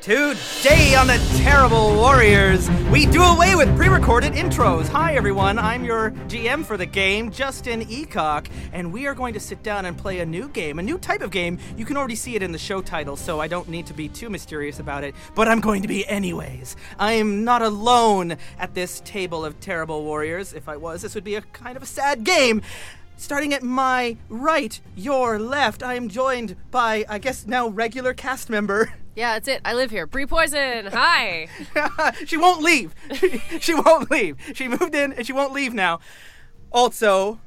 Today on the Terrible Warriors, we do away with pre recorded intros. Hi, everyone. I'm your GM for the game, Justin Eacock, and we are going to sit down and play a new game, a new type of game. You can already see it in the show title, so I don't need to be too mysterious about it, but I'm going to be anyways. I am not alone at this table of Terrible Warriors. If I was, this would be a kind of a sad game. Starting at my right, your left, I am joined by, I guess, now regular cast member. Yeah, that's it. I live here. Bree Poison. Hi. she won't leave. She, she won't leave. She moved in and she won't leave now. Also,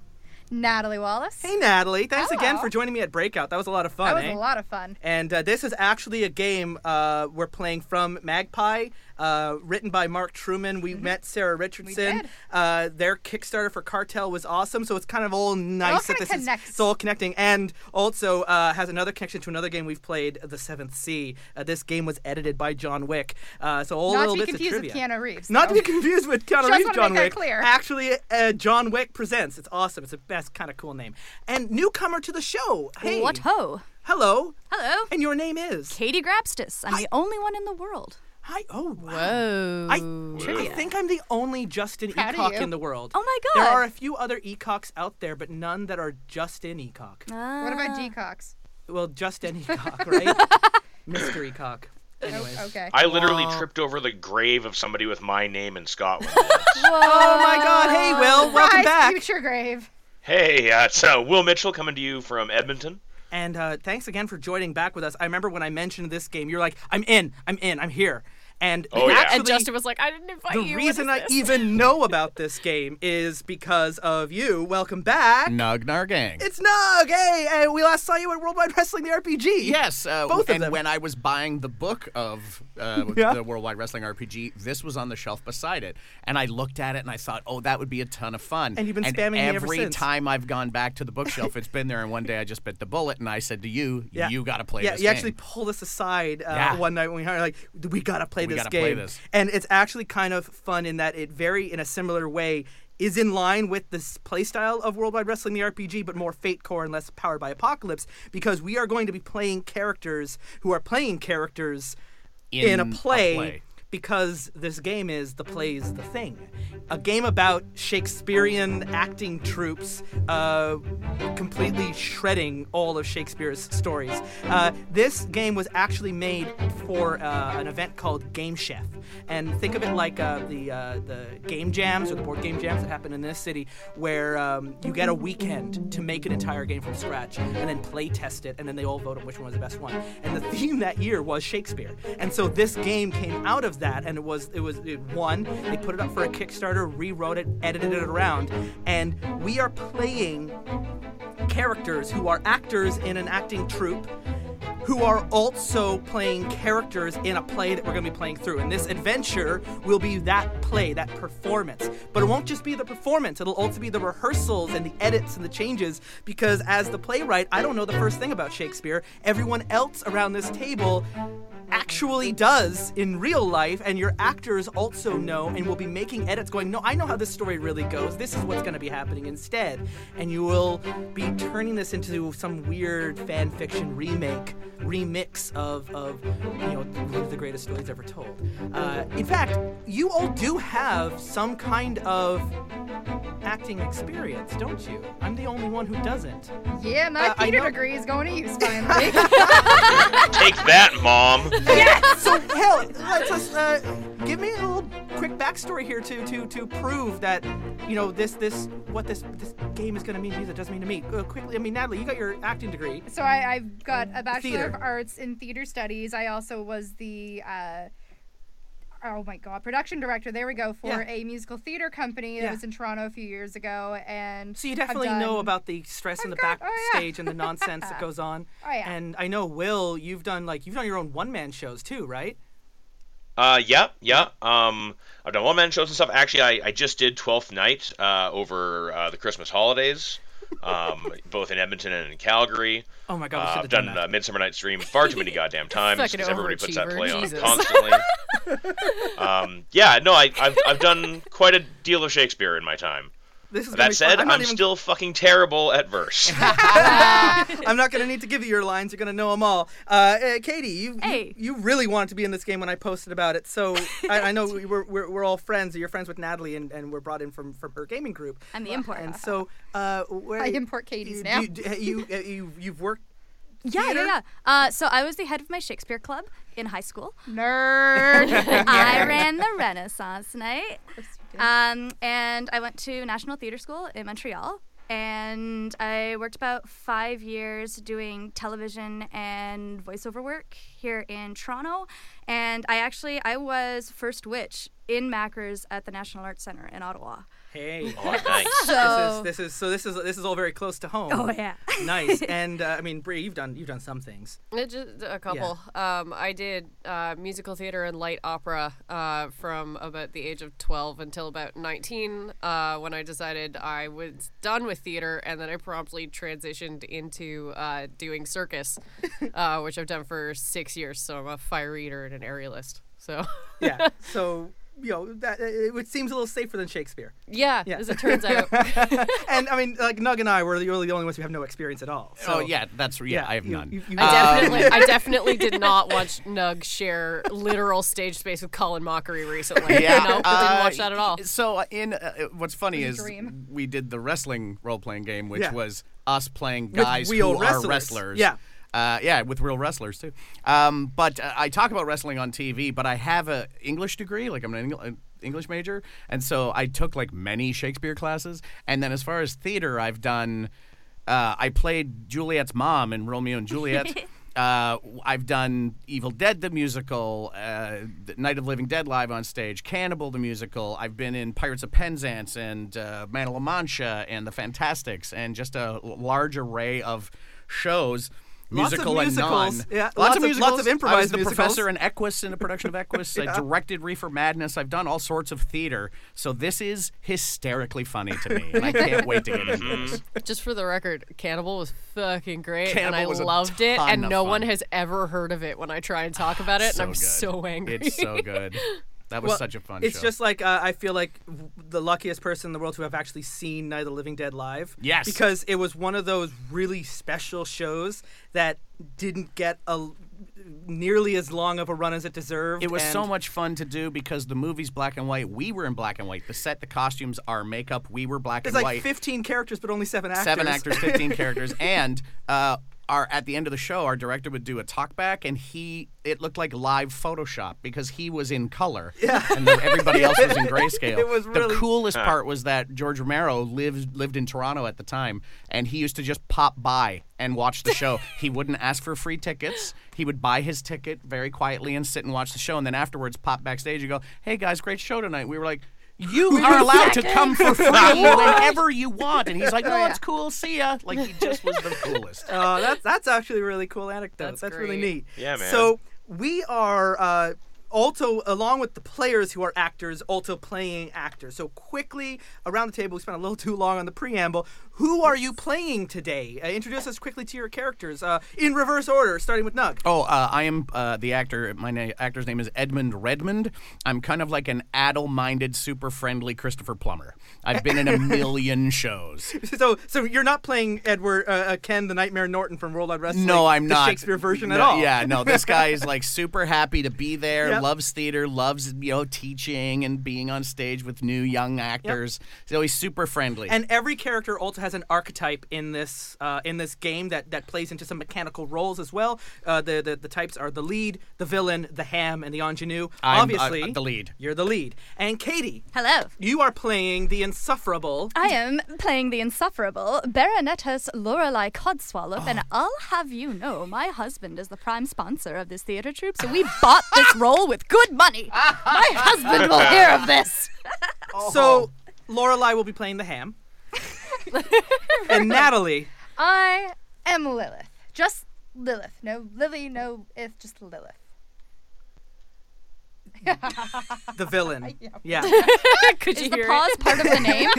Natalie Wallace. hey Natalie, thanks again Hello. for joining me at Breakout. That was a lot of fun. that was eh? a lot of fun. And uh, this is actually a game uh, we're playing from Magpie, uh, written by Mark Truman. We met Sarah Richardson. Mm-hmm. did. Uh, their Kickstarter for Cartel was awesome, so it's kind of all nice that kinda this connects. is it's all connecting, and also uh, has another connection to another game we've played, The Seventh Sea. Uh, this game was edited by John Wick, uh, so all Not little to be bits confused of with trivia. Keanu Reeves. Not though. to be confused with Keanu Just Reeves, wanna John make that Wick. clear. Actually, uh, John Wick presents. It's awesome. It's the best kind of cool name. And newcomer to the show. Hey, What ho! Hello. Hello. And your name is Katie Grabstis. I'm the only one in the world. Hi. Oh. Whoa. I, I think I'm the only Justin Proud of Eacock you. in the world. Oh my There God. are a few other Eacocks out there, but none that are Justin Eacock. What Ah. about G Cox? Well, Justin Eacock, right? Mr. Eacock. Anyways. Okay. I literally tripped over the grave of somebody with my name in Scotland. Oh my God! Hey, Will, welcome Rise, back. Future grave. hey, uh, it's uh, Will Mitchell coming to you from Edmonton. And uh, thanks again for joining back with us. I remember when I mentioned this game, you're like, "I'm in, I'm in, I'm here." And Oh, yeah. actually, and Justin was like, I didn't invite the you. What reason is I this? even know about this game is because of you. Welcome back. Nug Nar Gang. It's Nug. Hey, hey, we last saw you at Worldwide Wrestling the RPG. yes, uh, Both of and them. when I was buying the book of uh, Yeah. the Worldwide Wrestling RPG, this was on the shelf beside it, and I looked at it and I thought, "Oh, that would be a ton of fun." And you've been spamming me ever every since. time I've gone back to the bookshelf, it's been there. And one day I just bit the bullet, and I said to you, Yeah. "You got to play Yeah, this you actually game." pulled us aside uh, Yeah. one night when we were like, "We gotta play We this gotta game," play this. and it's actually kind of fun in that it very, in a similar way, is in line with this playstyle of Worldwide Wrestling the RPG, but more Fate Core and less powered by Apocalypse, because we are going to be playing characters who are playing characters in, a, In a play play. because this game is the play's the thing a game about shakespearean acting troops uh, completely shredding all of shakespeare's stories uh, this game was actually made for uh, an event called game chef and think of it like uh, the, uh, the game jams or the board game jams that happen in this city where um, you get a weekend to make an entire game from scratch and then play test it and then they all vote on which one was the best one and the theme that year was shakespeare and so this game came out of that and it was it was it won they put it up for a kickstarter rewrote it edited it around and we are playing characters who are actors in an acting troupe who are also playing characters in a play that we're going to be playing through. And this adventure will be that play, that performance. But it won't just be the performance, it'll also be the rehearsals and the edits and the changes because as the playwright, I don't know the first thing about Shakespeare. Everyone else around this table actually does in real life, and your actors also know and will be making edits going, No, I know how this story really goes. This is what's going to be happening instead. And you will be turning this into some weird fan fiction remake, remix of, of you know, one of the greatest stories ever told. Uh, in fact, you all do have some kind of acting experience, don't you? I'm the only one who doesn't. Yeah, my Uh, I theater know- degree is going to use finally. Take that, Mom. so hell, let's, let's uh, give me a little quick backstory here to to to prove that you know this this what this this game is going to mean to you that doesn't mean to me. Uh, quickly, I mean Natalie, you got your acting degree. so I, I've got a bachelor Theater. of arts in theater studies. I also was the. Uh, Oh my God! Production director. There we go for Yeah. a musical theater company that Yeah. was in Toronto a few years ago, and So you I've definitely know done- about the stress and the I've got- oh, yeah. backstage and the nonsense that goes on. Oh, yeah. And I know Will, you've done like you've done your own one man shows too, right? Uh, yeah, yeah. Um, I've done one man shows and stuff. Actually, I, I just did Twelfth Night uh, over uh, the Christmas holidays, um, both in Edmonton and in Calgary. Oh my Uh, god, we I've should have done done uh, that. Midsummer Night's Dream far too many goddamn times Fucking because everybody puts that overachiever, play on Jesus. constantly. um, yeah, no, I, I've I've done quite a deal of Shakespeare in my time. This is gonna That be said, fun. I'm, not even- still fucking terrible at verse. I'm not going to need to give you your lines. You're going to know them all. Uh, uh, Katie, you, Hey. you you really wanted to be in this game when I posted about it. So I, I know we we're, we're we're all friends. You're friends with Natalie, and, and we're brought in from from her gaming group. I'm the import. And so uh, where I import Katie's you, now. You, d- you, uh, you you've worked. yeah, yeah, theater? yeah. Uh, so I was the head of my Shakespeare club in high school. Nerd. I ran the Renaissance night. Um, and I went to National Theatre School in Montreal. And I worked about five years doing television and voiceover work here in Toronto. And I actually, I was first witch in Macker's at the National Arts Centre in Ottawa. Hey. Oh, nice. This So, is, this is so. This is this is all very close to home. oh yeah. nice. And uh, I mean, Brie, you've done you've done some things. Uh, Just a couple. Um, I did uh, musical theater and light opera uh, from about the age of 12 until about 19 uh, when I decided I was done with theater and then I promptly transitioned into uh, doing circus, uh, which I've done for six years. So I'm a fire eater and an aerialist. So, Yeah. so you know that it, it seems a little safer than Shakespeare. yeah, as it turns out. and I mean, like Nug and I were the, really the only ones who have no experience at all. So, oh yeah, that's yeah. I have you- none. you- you- I definitely, Um, I definitely did not watch Nug share literal stage space with Colin Mockery recently. yeah, no, didn't uh, watch that at all. So uh, in uh, uh, what's funny is dream. we did the wrestling role playing game, which Yeah. was us playing guys real who wrestlers. are wrestlers. Yeah. Uh, yeah, with real wrestlers too. Um, but uh, I talk about wrestling on TV, but I have a English degree, like I'm an Engl- an English major, and so I took like many Shakespeare classes. And then as far as theater, I've done. Uh, I played Juliet's mom in Romeo and Juliet. Uh, I've done Evil Dead the musical, uh, the Night of the Living Dead live on stage, Cannibal the musical. I've been in Pirates of Penzance and uh, Man of La Mancha and The Fantastics and just a l- large array of shows. Lots of Musical musicals. and non. Yeah, lots, lots of of- lots musicals. of I improvised was the musicals. professor in Equus in a production of Equus. I directed Reefer Madness. I've done all sorts of theater, so this is hysterically funny to me, and I can't wait to get into this. Just for the record, Cannibal was fucking great, Cannibal was and I a loved it. ton And of no fun. one has ever heard of it when I try and talk about it, So and I'm good. so angry. It's so good. That was Well, such a fun It's show. just like uh, I feel like w- the luckiest person in the world to have actually seen Night of the Living Dead live. Yes. Because it was one of those really special shows that didn't get a l- nearly as long of a run as it deserved. it was so and- much fun to do because the movie's black and white. We were in black and white. The set, the costumes, our makeup, we were black There's and like white. 15 characters, but only seven actors. Seven actors, 15 characters. And uh, our, at the end of the show, our director would do a talk back, and he it looked like live Photoshop because he was in color. Yeah. And then everybody else was in grayscale. It was really- The coolest part was that George Romero lived, lived in Toronto at the time, and he used to just pop by and watch the show. he wouldn't ask for free tickets. He would buy his ticket very quietly and sit and watch the show, and then afterwards pop backstage and go, hey guys, great show tonight. We were like, you are allowed to come for free whenever you want. And he's like, no, it's cool. See ya. Like, he just was the coolest. Oh, that's that's actually a really cool anecdote. That's, That's really great. neat. Yeah, man. So we are uh, also, along with the players who are actors, also playing actors. So quickly around the table, we spent a little too long on the preamble. Who are you playing today? Uh, introduce us quickly to your characters uh, in reverse order, starting with Nug. Oh, uh, I am uh, the actor. My na- actor's name is Edmund Redmond. I'm kind of like an addle-minded, super friendly Christopher Plummer. I've been in a million shows. So, so you're not playing Edward uh, uh, Ken the Nightmare Norton from World Wide Wrestling. No, I'm the not Shakespeare version at No, all. Yeah, no, this guy is like super happy to be there. Yep. Loves theater, loves you know teaching and being on stage with new young actors. So he's super friendly. And every character also has an archetype in this uh, in this game that, that plays into some mechanical roles as well. Uh, the, the the types are the lead, the villain, the ham, and the ingenue. I'm, uh, Obviously, the lead. You're the lead. And Katie, Hello. you are playing the insufferable. I am playing the insufferable Baronetess Lorelei Codswallop, and Ah. I'll have you know my husband is the prime sponsor of this theater troupe, so we bought this role with good money. My husband will hear of this. Oh. So Lorelai will be playing the ham. and Natalie, I am Lilith. Just Lilith. No Lily, no if, just Lilith. the villain. Yeah. Could you Is the hear pause it? part of the name?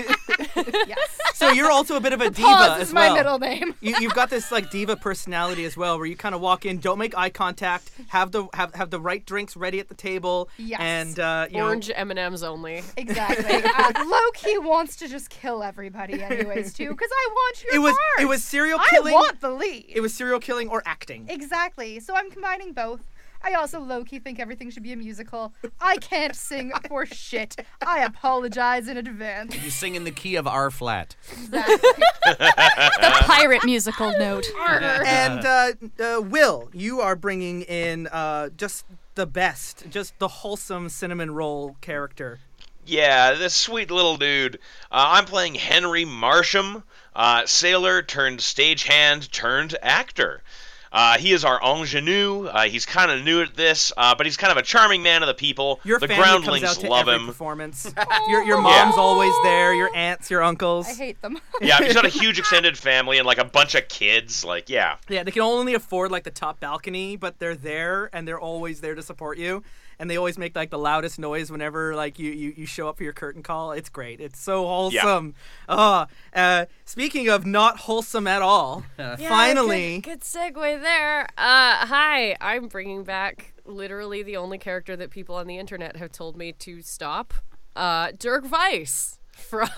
Yes. So you're also a bit of a diva Pause as is my well. middle name. you, you've got this like diva personality as well, where you kind of walk in, don't make eye contact, have the have, have the right drinks ready at the table, Yes. and uh, you know- Orange M and M's only. Exactly. Uh, Loki wants to just kill everybody, anyways, too, because I want your it was heart. it was serial I killing. want the lead. It was serial killing or acting. exactly. So I'm combining both. I also low key think everything should be a musical. I can't sing for shit. I apologize in advance. You sing in the key of R flat. Exactly. the pirate musical note. and uh, uh, Will, you are bringing in uh, just the best, just the wholesome cinnamon roll character. Yeah, this sweet little dude. Uh, I'm playing Henry Marsham, uh, sailor turned stagehand turned actor. Uh, he is our ingenue. Uh, he's kind of new at this, uh, but he's kind of a charming man of the people. Your the family groundlings comes out to love every him. performance. your your mom's always there. Your aunts, your uncles. Oh. I hate them. yeah, he's got a huge extended family and like a bunch of kids. Like, yeah. Yeah, they can only afford like the top balcony, but they're there and they're always there to support you. And they always make like the loudest noise whenever like you you, you show up for your curtain call. It's great. It's so wholesome. Ah, uh, speaking of not wholesome at all, finally. Good, segue there. Uh, hi, I'm bringing back literally the only character that people on the internet have told me to stop. Uh, Dirk Weiss from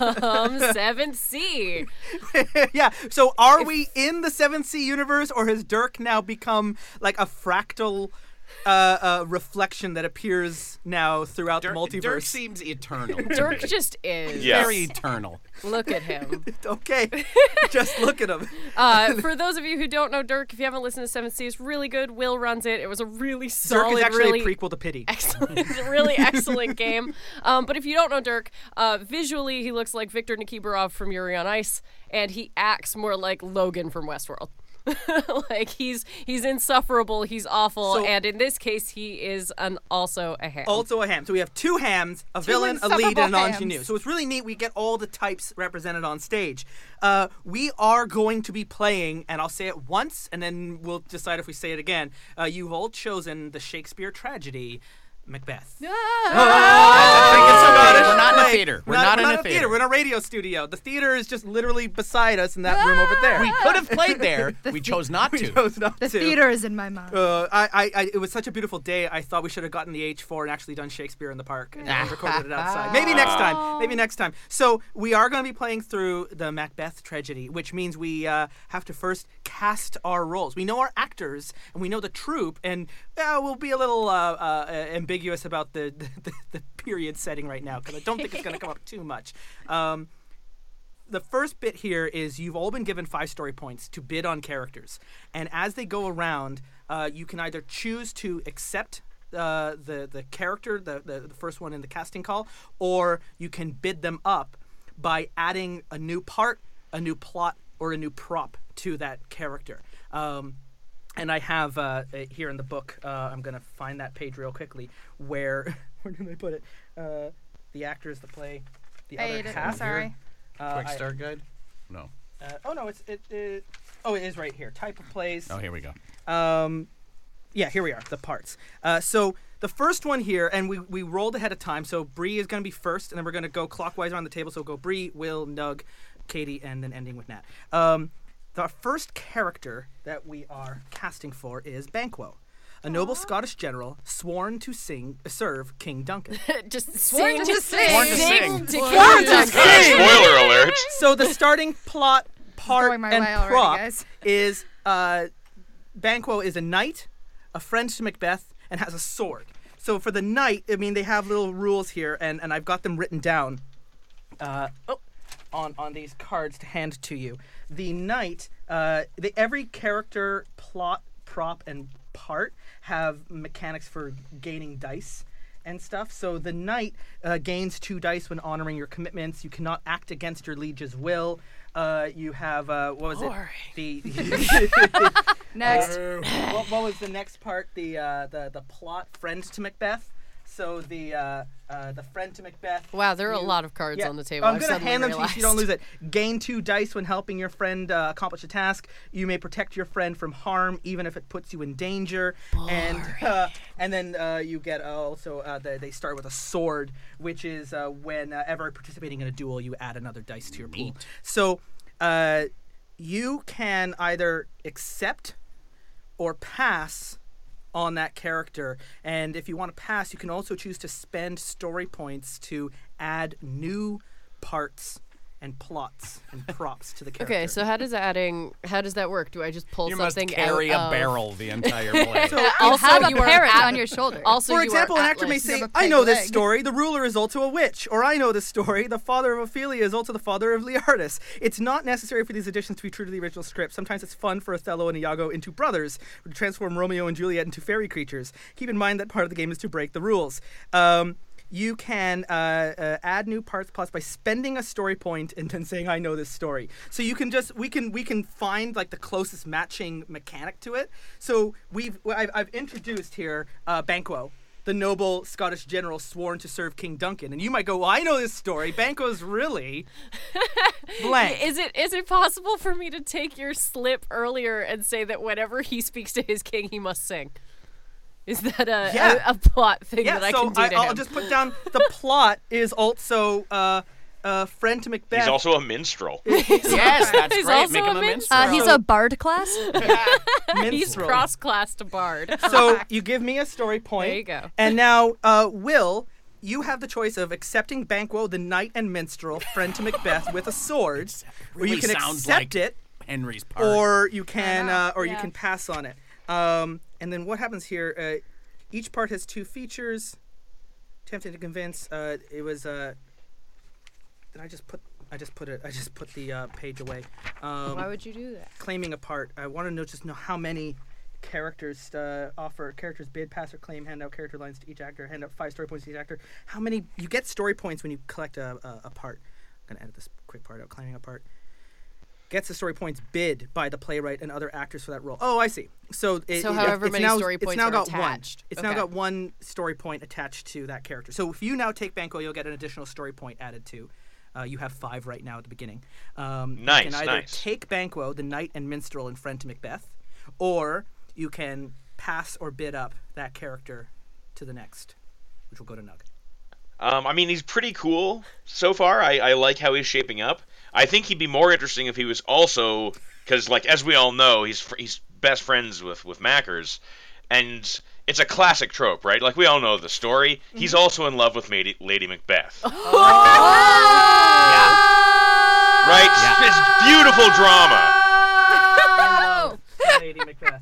Seventh Sea. yeah. So are we in the Seventh Sea universe, or has Dirk now become like a fractal uh, uh, reflection that appears now throughout Dirk, the multiverse? Dirk seems eternal. Dirk just is. Yeah. Very eternal. Look at him. okay. Just look at him. Uh, for those of you who don't know Dirk, if you haven't listened to Seventh Sea, it's really good. Will runs it. It was a really solid, Dirk is actually really a prequel to Pity. excellent, it's a really excellent game. Um, but if you don't know Dirk, uh, visually he looks like Victor Nikiborov from Yuri on Ice, and he acts more like Logan from Westworld. like he's he's insufferable, he's awful, So- Oh, and in this case he is an also a ham. also a ham. So we have two hams, a villain, a lead, and an insufferable ingenue. hams. So it's really neat. We get all the types represented on stage. Uh, we are going to be playing, and I'll say it once, and then we'll decide if we say it again. Uh, you've all chosen the Shakespeare tragedy, Macbeth. I think it's okay. We're not in a Wait, theater. We're Oh, not, in a theater. We're in a radio studio. The theater is just literally beside us in that room over there. We could have played there. we chose not to. chose not Ah! The to. theater is in my mind. Uh, I, I, I, it was such a beautiful day. I thought we should have gotten the H4 and actually done Shakespeare in the Park and, and recorded it outside. Maybe next time. Maybe next time. So we are going to be playing through the Macbeth tragedy, which means we uh, have to first cast our roles. We know our actors and we know the troupe, and uh, we'll be a little uh, uh, ambiguous about the the, the period setting right now because I don't think it's going to come up too much. Um, the first bit here is you've all been given five story points to bid on characters, and as they go around, uh, you can either choose to accept uh, the the character, the, the the first one in the casting call, or you can bid them up by adding a new part, a new plot, or a new prop to that character. Um, and I have uh, it here in the book. Uh, I'm gonna find that page real quickly. Where where did I put it? Uh, the actors, the play, the I other ate it. half. I'm sorry. Uh, Quick I- start guide? No. uh, oh no, it's it, it. Oh, it is right here. Type of plays. Oh, here we go. Um, yeah, here we are. The parts. Uh, so the first one here, and we we rolled ahead of time. So Bree is going to be first, and then we're going to go clockwise around the table. So we'll go Bree, Will, Nug, Katie, and then ending with Nat. Um, the first character that we are casting for is Banquo. A noble Scottish general sworn to sing, serve King Duncan. just sworn to sing. Sworn to sing. Sworn to Uh, spoiler alert. so the starting plot part going my and way already, prop guys. is uh, Banquo is a knight, a friend to Macbeth, and has a sword. So for the knight, I mean, they have little rules here, and, and I've got them written down uh, oh, on on these cards to hand to you. The knight, uh, the, every character, plot, prop, and part have mechanics for gaining dice and stuff. So the knight uh, gains two dice when honoring your commitments. You cannot act against your liege's will. Uh, you have uh, what was it? The Next. what, what was the next part? The uh, the the plot friend to Macbeth. So the uh, uh, the friend to Macbeth. Wow, there are a lot of cards Yeah. Oh, on the table. I'm I've gonna suddenly hand them to you so you don't realized. lose it. Gain two dice when helping your friend uh, accomplish a task. You may protect your friend from harm, even if it puts you in danger. And uh, and then uh, you get uh, also uh, they, they start with a sword, which is uh, whenever participating in a duel, you add another dice to your pool. So uh, you can either accept or pass on that character. And if you want to pass, you can also choose to spend story points to add new parts and plots and props to the character. Okay, so how does adding? How does that work? Do I just pull You must something carry a out of- barrel the entire place. Oh. So, Also, have a you are parrot at- on your shoulder. for Also, you are example, an actor may Atlas. say, have a "I know peg this leg." story. The ruler is also a witch," or "I know this story. The father of Ophelia is also the father of Leardus." It's not necessary for these additions to be true to the original script. Sometimes it's fun for Othello and Iago into brothers, or to transform Romeo and Juliet into fairy creatures. Keep in mind that part of the game is to break the rules. Um, you can uh, uh, add new parts plus by spending a story point and then saying i know this story so you can just we can we can find like the closest matching mechanic to it so we've i've, I've introduced here uh, banquo the noble Scottish general sworn to serve King Duncan. And you might go, well, I know this story. Banquo's really blank. Is it is it possible for me to take your slip earlier and say that whenever he speaks to his king, he must sing? Is that a Yeah. a, a plot thing yeah, that I so can do to I'll him? just put down the plot is also uh, uh, friend to Macbeth. He's also a minstrel. yes, that's He's great. also Make him a minstrel. a minstrel. Uh, he's a bard class. He's minstrel. cross classed to bard. So you give me a story point. There you go. And now, uh, Will, you have the choice of accepting Banquo, the knight and minstrel, friend to Macbeth with a sword, or you Really can sounds accept like it, Henry's part. or you can, know, uh, or you yeah. can pass on it. Um, and then what happens here? Uh, each part has two features. Tempted to convince. Uh, it was. Uh, did I just put? I just put it. I just put the uh, page away. Um, Why would you do that? claiming a part. I want to know just know how many characters uh, offer characters bid, pass, or claim, hand out character lines to each actor, hand out five story points to each actor. How many you get story points when you collect a, a, a part? I'm gonna edit this quick part out. Claiming a part gets the story points bid by the playwright and other actors for that role. Oh, I see. So, it, So it- however it's many now, story it's points now are got attached. One. It's now Okay. got one story point attached to that character. So if you now take Banquo, you'll get an additional story point added to. Uh, you have five right now at the beginning. Um, you Nice, can either nice. take Banquo, the knight and minstrel, and friend to Macbeth, or you can pass or bid up that character to the next, which will go to Nug. Um, I mean, he's pretty cool so far. I, I like how he's shaping up. I think he'd be more interesting if he was also because, like, as we all know, he's fr- he's best friends with with Mackers, and it's a classic trope, right? Like we all know the story. He's also in love with Lady, Lady Macbeth. yeah. Right. It's beautiful drama. Oh, Lady Macbeth.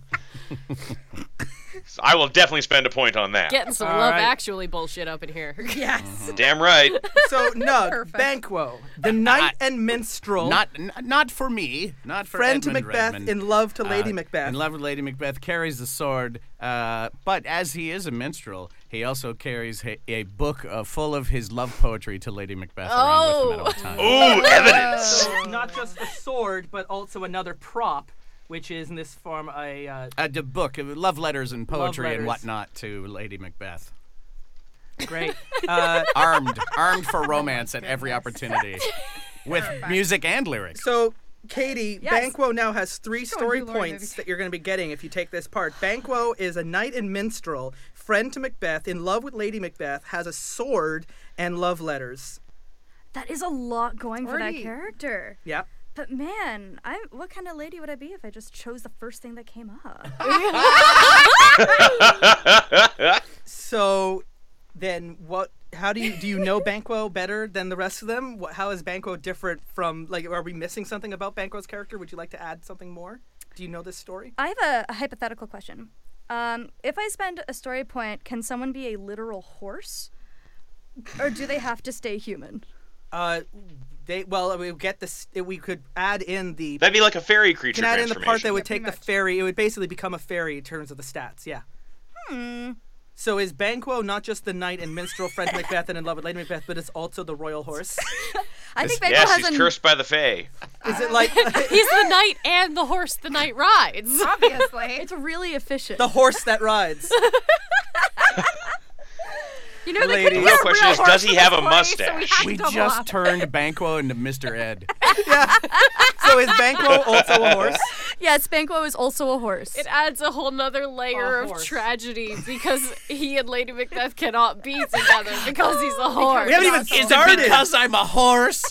I will definitely spend a point on that. Getting some All love right. actually bullshit up in here. Yes. Damn right. So Nug, Banquo, the knight and minstrel, Not, n- not for me. Not for friend to Edmund Macbeth, Redmond. in love to Lady Uh, Macbeth. In love with Lady Macbeth, carries the sword, uh, but as he is a minstrel, he also carries a, a book uh, full of his love poetry to Lady Macbeth around with him Oh. at all times. Ooh, evidence. So not just a sword, but also another prop, which is in this form a. Uh, Uh, the book, uh, love letters and poetry letters. and whatnot to Lady Macbeth. great. Uh, Armed, armed for romance at every opportunity, with music and lyrics. so, Katie, Banquo now has three story you, Lori, points maybe. that you're going to be getting if you take this part. Banquo is a knight and minstrel, friend to Macbeth, in love with Lady Macbeth, has a sword and love letters. That is a lot going for that Already. character. Yep. But man, I what kind of lady would I be if I just chose the first thing that came up? So, then what? How do you do you know Banquo better than the rest of them? What, how is Banquo different from like? Are we missing something about Banquo's character? Would you like to add something more? Do you know this story? I have a, a hypothetical question. Um, if I spend a story point, can someone be a literal horse, or do they have to stay human? Uh, they well, we would get this. We could add in the. That'd be like a fairy we creature can add in the part that transformation. would take the fairy. It would basically become a fairy in terms of the stats. Yeah. Hmm. So is Banquo not just the knight and minstrel friend to Macbeth and in love with Lady Macbeth, but it's also the royal horse? I think Bagel Yes, has he's an cursed by the Fae. Is it like He's the knight and the horse the knight rides. Obviously. It's really efficient. the horse that rides? lady. really The couldn't real get a question real is, does he horse have in a this place, so we mustache? had to We double just up. turned Banquo into Mr. Ed. yeah. So is Banquo also a horse? Yes, Banquo is also a horse. It adds a whole nother layer A of horse. tragedy because he and Lady Macbeth cannot be together because he's a horse. We haven't even started. I'm a horse?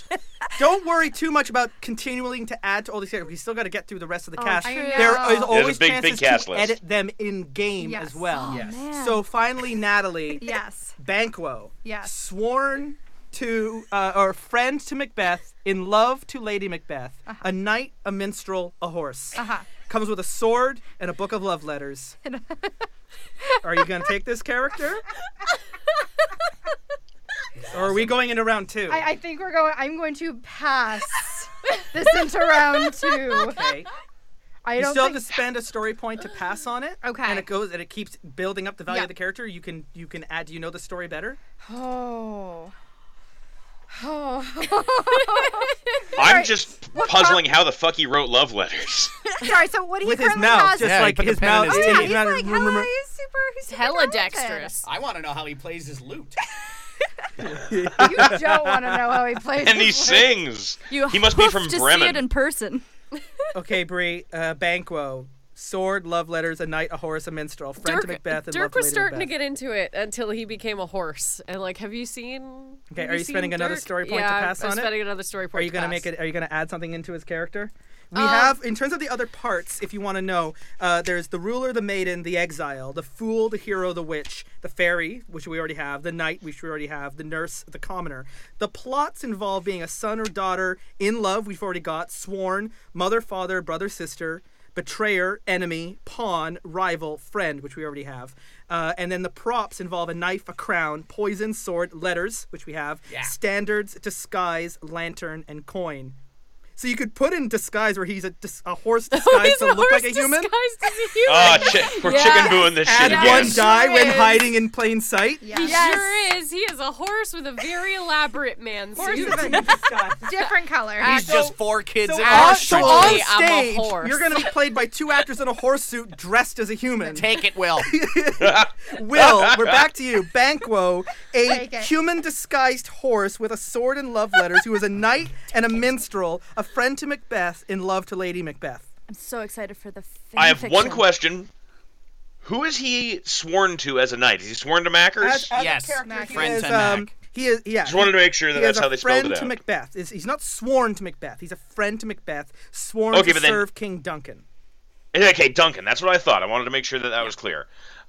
Don't worry too much about continuing to add to all these characters. We still got to get through the rest of the cast. true. There Yeah. is There's a always big, big chances cast to list. edit them in game Yes. as well. Yes. man. So finally, Natalie, Yes. Banquo, Yes. sworn to uh, or friend to Macbeth, in love to Lady Macbeth, a knight, a minstrel, a horse. Uh-huh. Comes with a sword and a book of love letters. are you gonna take this character? Or are we going into round two? I, I think we're going. I'm going to pass this into round two. okay. I You don't still think. have to spend a story point to pass on it. Okay. And it goes and it keeps building up the value Yeah. of the character. You can you can add you know the story better? Oh. Oh. I'm Right. just puzzling how the fuck he wrote love letters. Sorry. So what do With he his currently mouth, has? just Yeah, he like put the his pen in mouth his is teeth. taking he's out of- like, how are you super? He's super Hella talented. dexterous. I want to know how he plays his lute. You don't want to know how he plays. and he his lute. sings. You he must be hoof from to see Bremen. it in person. Okay, Brie, uh, Banquo. Sword, love letters, a knight, a horse, a minstrel, friend Dirk, to Macbeth, and love Dirk was Lady starting to Macbeth. get into it until he became a horse. And like, have you seen? Okay, have are you seen spending another Dirk? story point to Yeah, pass I'm on it? spending another story point. Are you going to gonna make it? Are you gonna add something into his character? We Uh, have, in terms of the other parts, if you want to know, uh, there's the ruler, the maiden, the exile, the fool, the hero, the witch, the fairy, which we already have, the knight, which we already have, the nurse, the commoner. The plots involve being a son or daughter in love, we've already got, sworn, mother, father, brother, sister, betrayer, enemy, pawn, rival, friend, which we already have. Uh, and then the props involve a knife, a crown, poison, sword, letters, which we have, standards, disguise, lantern, and coin. So you could put in disguise where he's a, dis- a horse disguised to look like a human. Disguised as a human. Oh, chi- we're chicken booing this Add shit Yeah. again. one die when Yes. hiding in plain sight. He Yeah. Yes. sure is. He is a horse with a very elaborate man Horse suit. is a different color. He's just four kids in on, horse so on actually, I'm a stage, horse. you're going to be played by two actors in a horse suit dressed as a human. Take it, Will. Will, we're back to you. Banquo, a Take it. human disguised horse with a sword and love letters, who is a knight and a minstrel, a friend to Macbeth, in love to Lady Macbeth. I'm so excited for the. Fan I have one fiction. question. Who is he sworn to as a knight? Is he sworn to Mackers? as a Yes. character, he Friend is, to um, Mac. He is, yeah. Just wanted to make sure that he that's is how a they spelled friend it to out. Macbeth. Is he's not sworn to Macbeth. He's a friend to Macbeth, sworn Okay, to but then- serve King Duncan. okay, Duncan. That's what I thought. I wanted to make sure that that was clear.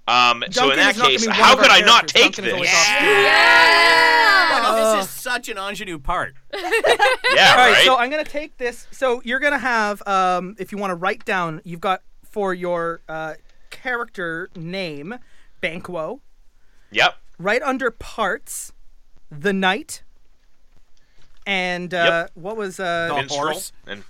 Um, so in Duncan that is not gonna case, be one how of our could I not characters. take Duncan is this? always this Oh. is such an ingenue part. Yeah, All right, right. so I'm gonna take this. So you're gonna have, um, if you want to write down, you've got for your uh, character name, Banquo. Yep. right under parts, the knight, and uh, what was uh The Minstrel horse. and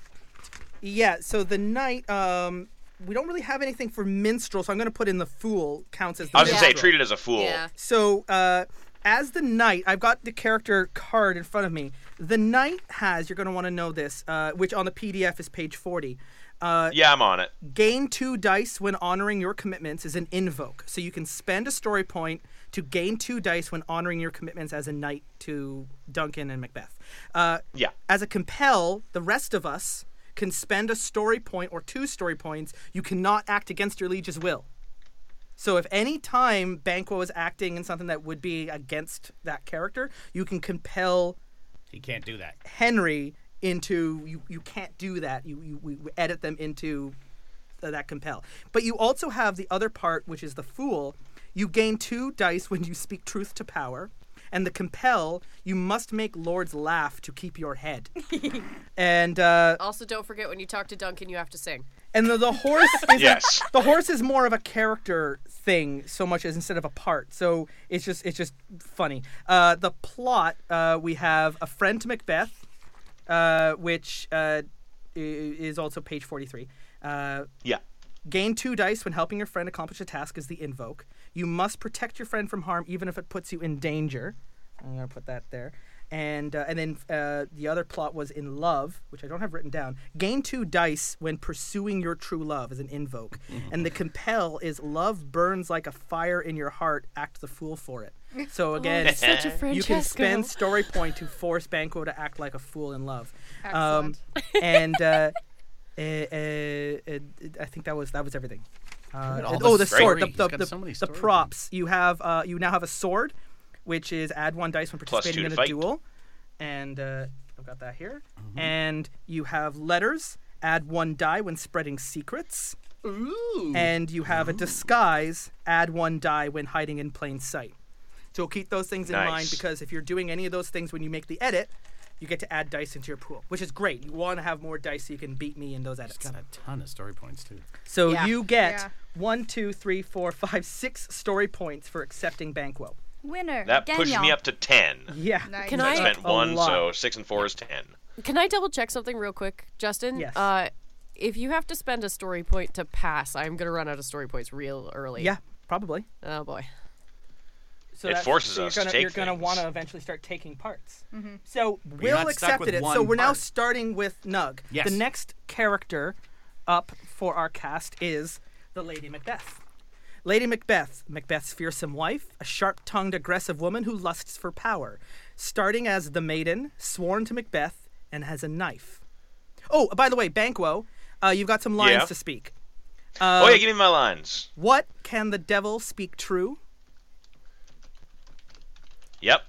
yeah. So the knight. Um, we don't really have anything for minstrel, so I'm gonna put in the fool counts as the I was gonna say minstrel. treat it as a fool. Yeah. So uh, as the knight, I've got the character card in front of me. The knight has. You're gonna want to know this, uh, which on the PDF is page 40. Uh, Yeah, I'm on it. Gain two dice when honoring your commitments is an invoke. So you can spend a story point to gain two dice when honoring your commitments as a knight to Duncan and Macbeth. Uh, Yeah. As a compel, the rest of us can spend a story point or two story points. You cannot act against your liege's will. So if any time Banquo is acting in something that would be against that character, you can compel He can't do that. Henry into you. You can't do that. You you we we edit them into th- that compel. But you also have the other part, which is the fool. You gain two dice when you speak truth to power, and the compel. You must make lords laugh to keep your head. and uh, Also, don't forget when you talk to Duncan, you have to sing. and the, the horse is a- Yes. the horse is more of a character thing so much as instead of a part. So it's just it's just funny. Uh, the plot uh, we have a friend to Macbeth, uh, which uh, i- is also page forty three. Uh, Yeah. Gain two dice when helping your friend accomplish a task is the invoke. You must protect your friend from harm even if it puts you in danger. I'm gonna put that there. and uh, and then uh, the other plot was in love, which I don't have written down. Gain two dice when pursuing your true love is an invoke, and the compel is love burns like a fire in your heart. Act the fool for it. So again, Such a Francesco. you can spend story point to force Banquo to act like a fool in love. Um, and uh, uh, uh, uh, I think that was that was everything. Uh, at all oh, the this sword, the, story. the, He's got the, so many the story props. You have uh, you now have a sword, which is add one dice when participating two in to a fight. duel, and uh, I've got that here. Mm-hmm. And you have letters. Add one die when spreading secrets, Ooh. and you have a disguise. Add one die when hiding in plain sight. So keep those things in mind Nice. because if you're doing any of those things when you make the edit, you get to add dice into your pool, which is great. You want to have more dice so you can beat me in those edits. got a ton of story points too. So Yeah. you get Yeah. one, two, three, four, five, six story points for accepting Banquo. Winner. That Gagnon. pushed me up to ten. Yeah. Nice. Can I I- spent a one, lot. so six and four is ten. Can I double check something real quick, Justin? Yes. Uh, if you have to spend a story point to pass, I'm gonna run out of story points real early. Yeah, probably. Oh boy. So It that's- forces so you're us to gonna, take You're going to things. want to eventually start taking parts. So You're Will not stuck with accepted it. So one we're now part. starting with Nug. Yes. The next character up for our cast is the Lady Macbeth. Lady Macbeth, Macbeth's fearsome wife, a sharp tongued, aggressive woman who lusts for power, starting as the maiden, sworn to Macbeth, and has a knife. Oh, by the way, Banquo, uh, you've got some lines Yeah. to speak. Uh, oh yeah, give me my lines. What can the devil speak true? Yep.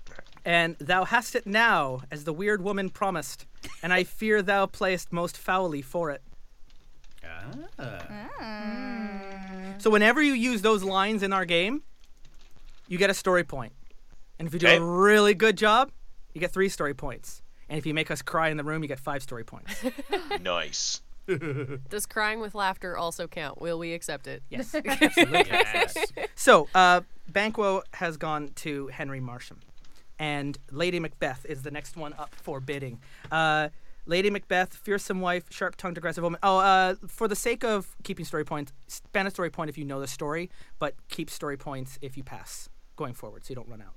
And thou hast it now, as the weird woman promised, and I fear thou playest most foully for it. So whenever you use those lines in our game, you get a story point. And if you do Okay. a really good job, you get three story points. And if you make us cry in the room, you get five story points. Nice. Does crying with laughter also count? Will we accept it? Yes. Yes. So, uh, Banquo has gone to Henry Marsham, and Lady Macbeth is the next one up for bidding. Uh, Lady Macbeth, fearsome wife, sharp-tongued, aggressive woman. Oh, uh, for the sake of keeping story points, spend a story point if you know the story, but keep story points if you pass going forward, so you don't run out.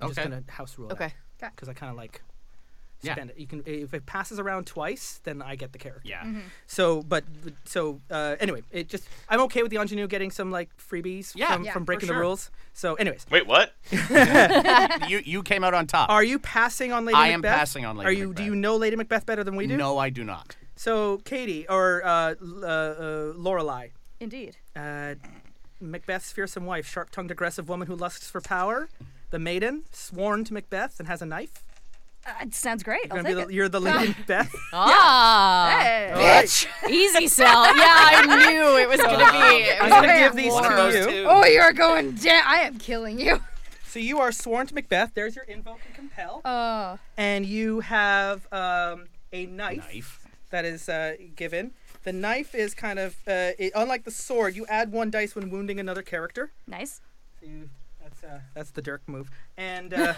I'm just Okay. gonna house rule. Okay. Okay. Because I kind of like Yeah. spend it. You can if it passes around twice, then I get the character. Yeah. So, but the- so uh, anyway, it just I'm okay with the ingenue getting some like freebies Yeah, from, yeah, from for breaking the sure. rules. So, anyways, Wait, what? you you came out on top. are you passing on Lady I am Macbeth? passing on Lady Are you? Do Macbeth. you know Lady Macbeth better than we do? No, I do not. So, Katie or uh, L- uh, uh, Lorelai, Indeed. uh, Macbeth's fearsome wife, sharp-tongued, aggressive woman who lusts for power, the maiden sworn to Macbeth and has a knife. Uh, it sounds great. I'll You're gonna be take the, you're the Lady Macbeth. Oh, Ah. it. Hey. Bitch. Easy sell. Yeah, I knew it was gonna be. It I'm was gonna be give a these war. to Those you. two. Oh, you're going down. I am killing you. So you are sworn to Macbeth. There's your invoke and compel, Oh, and you have um, a knife, Knife. that is uh, given. The knife is kind of uh, it, unlike the sword. You add one dice when wounding another character. Nice. So you, that's uh, that's the Dirk move, and uh,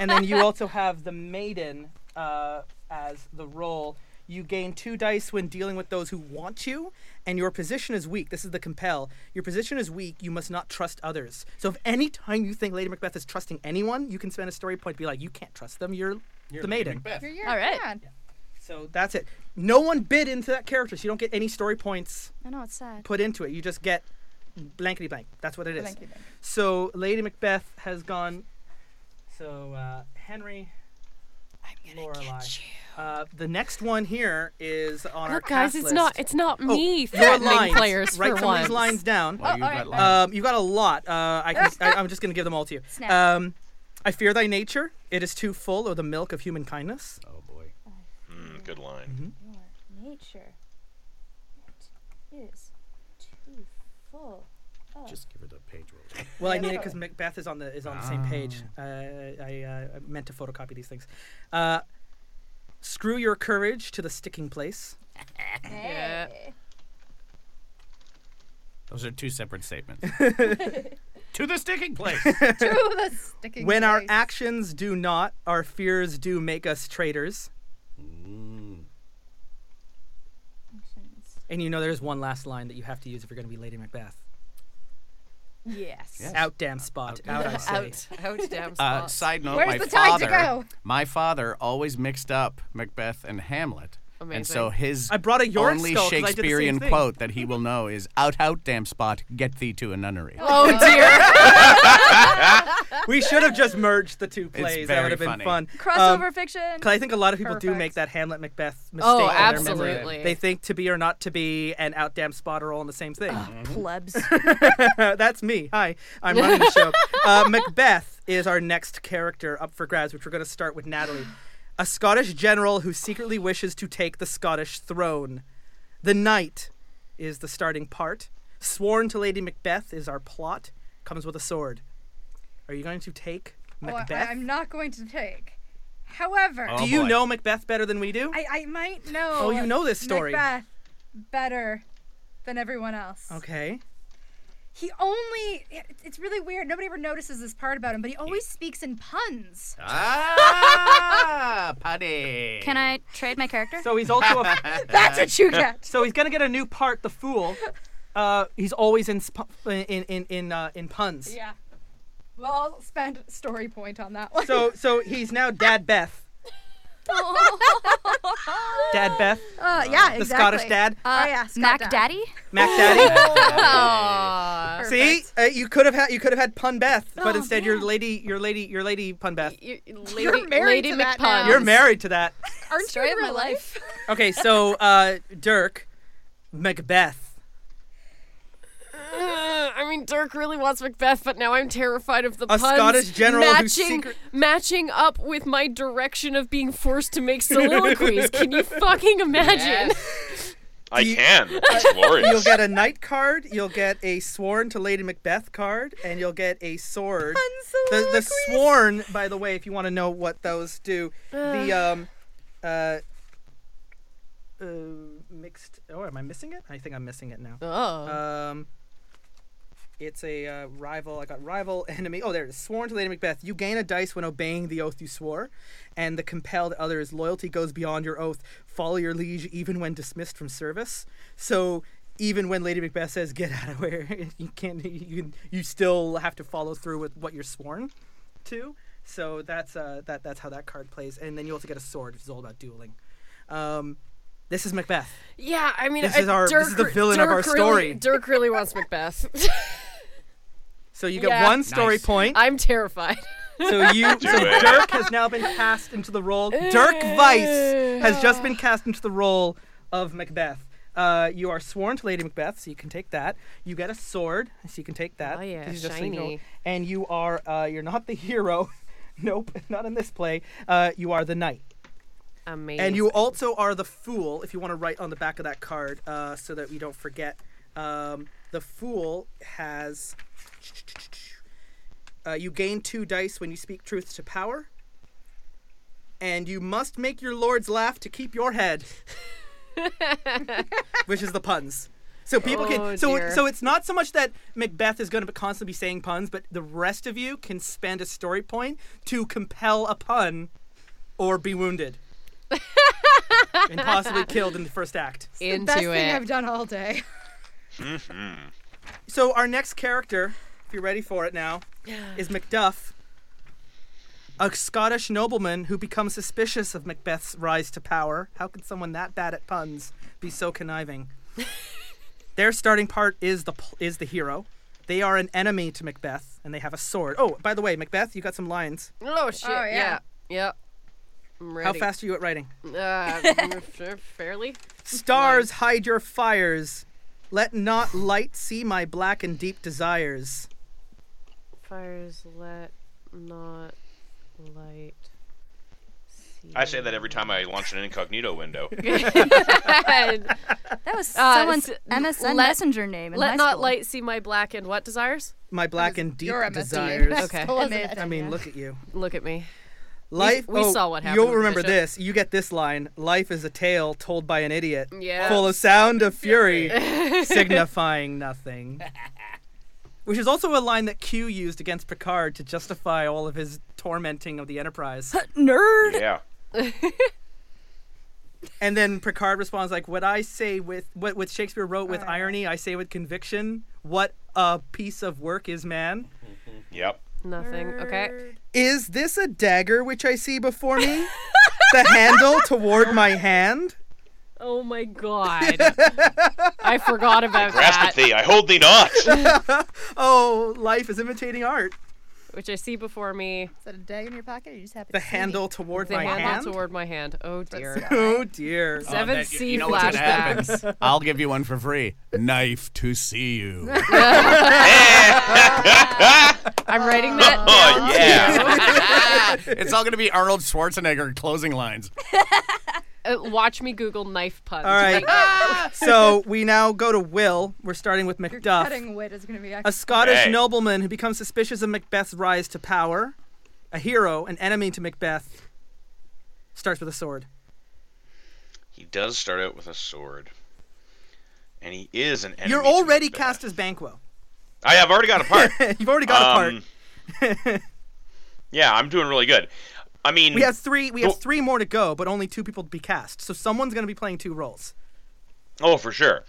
and then you also have the maiden uh, as the role. You gain two dice when dealing with those who want you, and your position is weak. This is the compel. Your position is weak. You must not trust others. So if any time you think Lady Macbeth is trusting anyone, you can spend a story point to be like, you can't trust them. You're, the maiden. you're, you All right. So that's it. No one bid into that character, so you don't get any story points I know it's sad. put into it. You just get blankety blank. That's what it is. So Lady Macbeth has gone. So uh, Henry. I'm gonna get you. Uh, the next one here is on our Look, guys, cast it's list. not. It's not me Oh, Your threatening lines. players Write for some of once. these lines down. Well, you got lines. Um, you got a lot. Uh, I can, I, I'm just gonna give them all to you. Snap. Um, I fear thy nature. It is too full of the milk of human kindness. oh boy. Mm, good Mm-hmm. line. Nature. It is too full. Just give her the page roll. Well, I need it because Macbeth is on the is on the same page. Uh, I, uh, I meant to photocopy these things. Uh, screw your courage to the sticking place. Yeah. Those are two separate statements. Uh, to the sticking place. Ooh, the sticking When our place. actions do not, our fears do make us traitors. And you know, there's one last line that you have to use if you're going to be Lady Macbeth. Yes. Out damn spot. Out, I say. Out, out, damn spot. Uh, side note, Where's my the time to father, go? my father always mixed up Macbeth and Hamlet. And so his I brought a York only skull 'cause I did the same Shakespearean thing. quote that he will know is "Out, out, damn spot, get thee to a nunnery." oh dear. We should have just merged the two plays. that very would have been funny. fun. Crossover Um, fiction. Because I think a lot of people do Perfect. make that Hamlet Macbeth mistake. Oh, in their memory. absolutely. They think to be or not to be and out damn spot are all in the same thing. Mm-hmm. Plebs. That's me. Hi, I'm running the show. Uh, Macbeth is our next character up for grabs, which we're going to start with Natalie, a Scottish general who secretly wishes to take the Scottish throne. The knight is the starting part. Sworn to Lady Macbeth is our plot. Comes with a sword. Are you going to take Well, Macbeth? Oh, I, am not going to take. However, Oh. Do you boy. know Macbeth better than we do? I, I might know. Oh, you know this story. Macbeth better than everyone else. okay. He only. it- It's really weird. Nobody ever notices this part about him, but he always speaks in puns. ah, putty. Can I trade my character? So he's also a That's what you get. so he's gonna get a new part, the fool. Uh, he's always in sp- in in in uh, in puns. yeah. Well, I'll spend story point on that one. So so he's now Dad Beth. Dad Beth, uh, yeah, exactly. the Scottish dad, Oh, yeah, Scott Uh, Mac Dad. Daddy? Mac Daddy. Aw. See, uh, you could have had you could have had Pun Beth, but Oh, instead your lady your lady your lady Pun Beth. You- Lady, married Lady to that now. McPuns. You're married to that. Aren't Story you of in my real life. Okay, so uh, Dirk, Macbeth. Uh, I mean, Dirk really wants Macbeth, but now I'm terrified of the A puns Scottish general who matching secret- matching up with my direction of being forced to make soliloquies. Can you fucking imagine? I can. It's You'll glorious. get a knight card, you'll get a sworn to Lady Macbeth card, and you'll get a sword. The, the sworn, by the way, if you want to know what those do, the um, uh, uh, mixed. Oh, am I missing it? I think I'm missing it now. Oh, Um, it's a uh, rival. I got rival enemy. Oh, there it is. Sworn to Lady Macbeth. You gain a dice when obeying the oath you swore, and the compelled others. Loyalty goes beyond your oath. Follow your liege even when dismissed from service. So. Even when Lady Macbeth says "get out of here," you can't. You can- you still have to follow through with what you're sworn to. So that's uh, that that's how that card plays. And then you also get a sword, which is all about dueling. Um, this is Macbeth. yeah. I mean, this I- is our- this Dirk is the re- villain of Dirk our really- story. Dirk really wants Macbeth. So you get Yeah. one story Nice. point. I'm terrified. So you, so it. Dirk has now been cast into the role. Dirk Eh. Weiss has just been cast into the role of Macbeth. Uh, you are sworn to Lady Macbeth, so you can take that. You get a sword, so you can take that. Oh, yeah, This is just so you know. shiny. And you are, uh, you're not the hero. nope, not in this play. Uh, you are the knight. Amazing. And you also are the fool, if you want to write on the back of that card, uh, so that we don't forget. Um, the fool has. Uh, you gain two dice when you speak truth to power. And you must make your lords laugh to keep your head. Which is the puns. So people Oh, can so dear. so it's not so much that Macbeth is going to constantly be saying puns, but the rest of you can spend a story point to compel a pun or be wounded and possibly killed in the first act. into Best it. thing I've done all day. So our next character, if you're ready for it now, is Macduff, a Scottish nobleman who becomes suspicious of Macbeth's rise to power. How can someone that bad at puns be so conniving? Their starting part is the pl- is the hero. They are an enemy to Macbeth, and they have a sword. Oh, by the way, Macbeth, you got some lines. oh shit. Oh, yeah. yeah. Yeah. I'm How ready. fast are you at writing? Uh, sure, fairly. Stars hide your fires. Let not light see my black and deep desires. Fires let not light. I say that every time I launch an incognito window. That was Uh, someone's s- MSN let- Messenger name. In Let high not school. light see my black and what desires? My black and deep You're a desires. Okay. I mean, look at you. Look at me. Life. we oh, saw what happened with You'll the remember bishop. this. You get this line: "Life is a tale told by an idiot, Yeah. full of sound of fury, signifying nothing." Which is also a line that Q used against Picard to justify all of his tormenting of the Enterprise. Nerd. Yeah. and then Oh, Picard responds like, "What I say with what, what Shakespeare wrote with irony, I say with conviction. What a piece of work is man? Yep. Nothing. Okay. Is this a dagger which I see before me? the handle toward my hand? Oh my god. I forgot about Grasp that. at thee, I hold thee not. Eh, Oh, life is imitating art. Which I see before me. Is that a day in your pocket? Or you just happen The to see handle toward The my handle hand? toward my hand. Oh dear. Oh dear. Seven that- C you know what's gonna happen. flashbacks. I'll give you one for free. Knife to see you. I'm writing that. oh yeah. it's all going to be Arnold Schwarzenegger closing lines. Uh, watch me Google knife puns. All right. so we now go to Will. We're starting with it. Macduff, Cutting wit is going to be a actually. Scottish Hey. nobleman who becomes suspicious of Macbeth's rise to power, a hero, an enemy to Macbeth. Starts with a sword. he does start out with a sword. And he is an enemy. You're to already Macbeth. cast as Banquo. I have already got a part. You've already got a part. Um, yeah, I'm doing really good. I mean, We have three. We have Well- three more to go, but only two people to be cast. So someone's going to be playing two roles. oh for sure.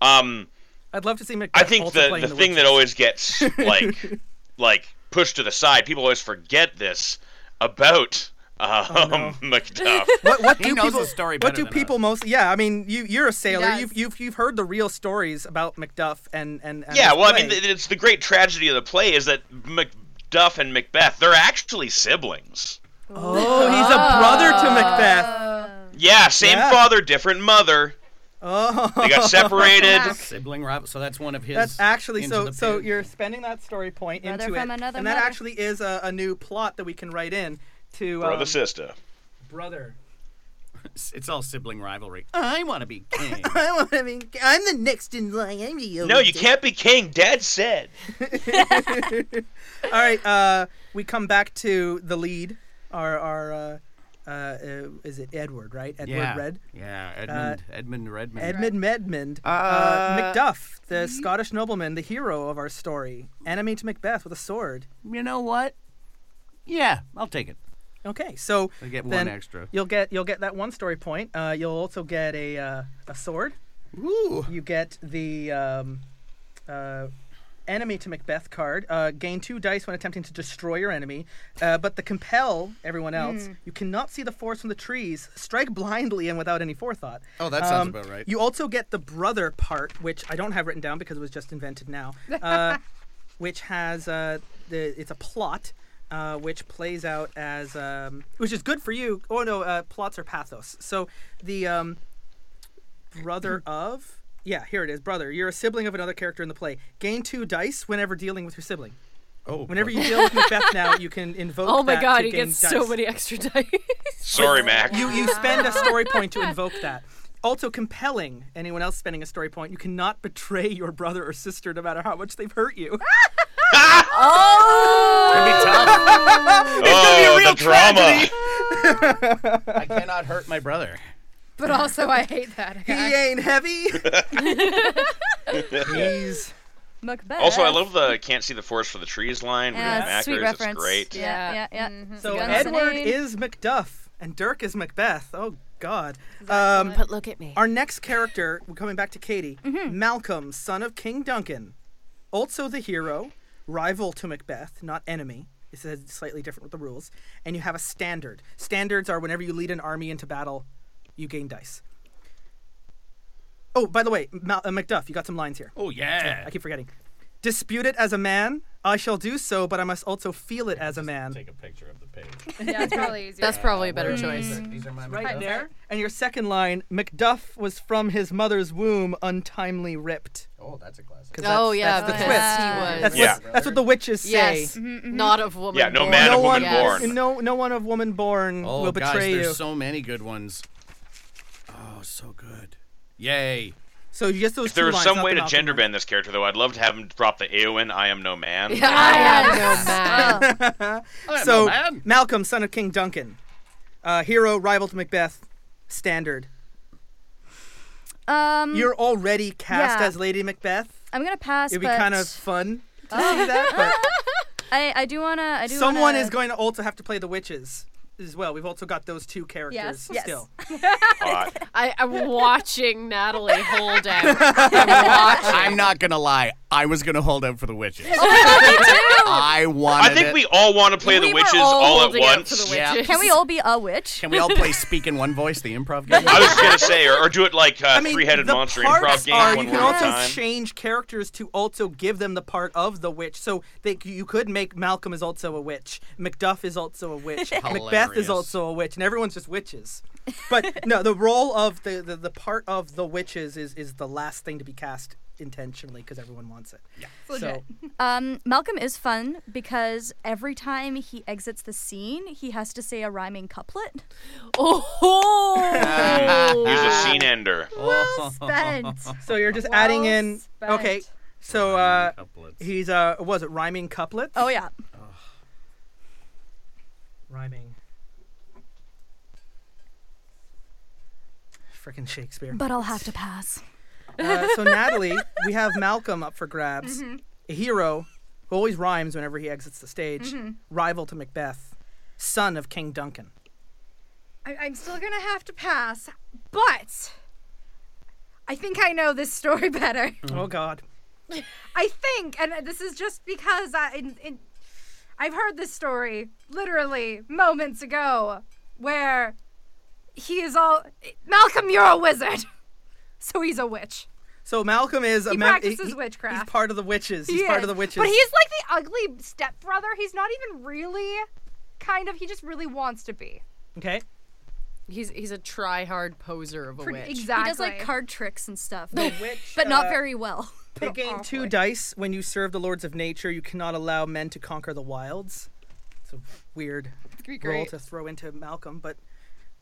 Um, I'd love to see Macbeth. I think also the, playing the the thing witches. that always gets like like pushed to the side, people always forget this about um, Macduff. Oh, What, what He do knows people, the story What better do than people most? Yeah, I mean, you you're a sailor. does. You've, you've you've heard the real stories about Macduff and and, and yeah, his well, I mean, play. th- it's the great tragedy of the play is that Macduff and Macbeth they're actually siblings. oh, he's a brother to Oh. Macbeth. Yeah, same Yeah. father, different mother. Oh, They got separated. Sibling rival. So that's one of his. that's actually Into so. the So pit. you're spending that story point Brother into from it, another and that mother. actually is a, a new plot that we can write in to um, Brother, sister. brother. It's all sibling rivalry. Uh-huh. I want to be king. I want to mean, I'm the next in line. I'm the No, you can't be king. Dad said. All right, uh, we come back to the lead. Our our uh, uh, uh, is it Edward right? Edward yeah. Red. Yeah, Edmund. Edmund Redmond. Uh, Edmund Medmund, uh, Uh, Macduff, the Scottish nobleman, the hero of our story, enemy to Macbeth with a sword. You know what? Yeah, I'll take it. Okay, so I get one then extra. You'll get you'll get that one story point. Uh, you'll also get a uh, a sword. Ooh. You get the um, uh, enemy to Macbeth card. Uh, gain two dice when attempting to destroy your enemy, uh, but the compel everyone else. You cannot see the forest from the trees. Strike blindly and without any forethought. Um, Oh, that sounds about right. You also get the brother part, which I don't have written down because it was just invented now. Uh, which has uh, the it's a plot. Uh, which plays out as um, which is good for you. Oh no, uh, plots are pathos. So the um, brother Mm. of yeah here it is brother you're a sibling of another character in the play gain two dice whenever dealing with your sibling Oh. whenever you deal with macbeth now you can invoke Oh my that god, to he gain gets dice. so many extra dice. Sorry, Mac. you, you spend a story point to invoke that also compelling anyone else spending a story point you cannot betray your brother or sister no matter how much they've hurt you oh, the drama. I cannot hurt my brother. But also, I hate that. he ain't heavy he's Macbeth. Also, I love the "can't see the forest for the trees" line. Yeah, with sweet actors. reference. It's great. Yeah, yeah, Yeah. yeah. so Guns edward N' is macduff and dirk is macbeth oh god um, but look at me. Our next character, we're coming back to Katie, Malcolm, son of King Duncan, also the hero, rival to Macbeth, not enemy. This is slightly different with the rules. And you have a standard. Standards are whenever you lead an army into battle, you gain dice. Oh, by the way, Mal- uh, Macduff, you got some lines here. Oh yeah. I keep forgetting. Dispute it as a man. I shall do so, but I must also feel it as a man. a picture of the page. Yeah, it's probably easier. That's probably a better choice. These are my Right there. And your second line, Macduff was from his mother's womb untimely ripped. Oh, that's a classic. 'Cause Oh that's- yeah, that's the because twist. he was. That's, Yeah. what, that's what the witches say. yes, not of woman. Yeah, no born. man Mm-hmm, No of one, woman Yes. born. no, no one of woman born Oh will gosh, betray there's you. So-, so many good ones. Oh, so good. Yay. just those If there two was lines, some not way the to Malcolm gender line. bend this character, though, I'd love to have him drop the Eowyn, "I am no man." Yeah, I am no man. So man. Malcolm, son of King Duncan, uh, hero, rival to Macbeth, standard. Um, You're already cast Yeah. as Lady Macbeth. I'm gonna pass. It'd be but kind of fun to see that, but I, I do wanna. I do. someone wanna, is going to also have to play the witches. as well. We've also got those two characters Yes. still. Uh, I, I'm watching Natalie hold out. I'm watching. I'm not gonna lie. I was gonna hold out for the witches. Oh I wanted. I think it. we all want to play the We were witches all all, at holding out once. for the Yeah. witches. Can we all be a witch? Can we all play speak in one voice, the improv game? I was gonna say, or, or do it like uh, I mean, three-headed the monster parts improv game, Are, one you word can at a also time. change characters to also give them the part of the witch. So they, you could make Malcolm is also a witch, Macduff is also a witch, Macbeth Hilarious. is also a witch, and everyone's just witches. But no, the role of the, the, the part of the witches is is the last thing to be cast intentionally because everyone wants it. Yeah, so legit. Um, Malcolm is fun because every time he exits the scene, he has to say a rhyming couplet. Oh. He's a scene ender. Well spent. so you're just adding Well in spent. okay. So uh, Couplets. he's uh was it rhyming couplets? Oh yeah. rhyming. Frickin' Shakespeare. But I'll have to pass. Uh, so Natalie, we have Malcolm up for grabs, Mm-hmm. a hero who always rhymes whenever he exits the stage, Mm-hmm. rival to Macbeth, son of King Duncan. I- I'm still gonna have to pass, but I think I know this story better. Oh God, I think, and this is just because I, in, in, I've heard this story literally moments ago, where he is all Malcolm. You're a wizard, so he's a witch. so Malcolm is a He mem- practices He's witchcraft. part of the witches. He's He part is. of the witches. But he's like the ugly stepbrother. He's not even really kind of. He just really wants to be. okay. He's he's a try-hard poser of a witch. Exactly. He does like card tricks and stuff, Witch, but not uh, very well. They gain two dice when you serve the lords of nature. You cannot allow men to conquer the wilds. It's a weird role to throw into Malcolm, but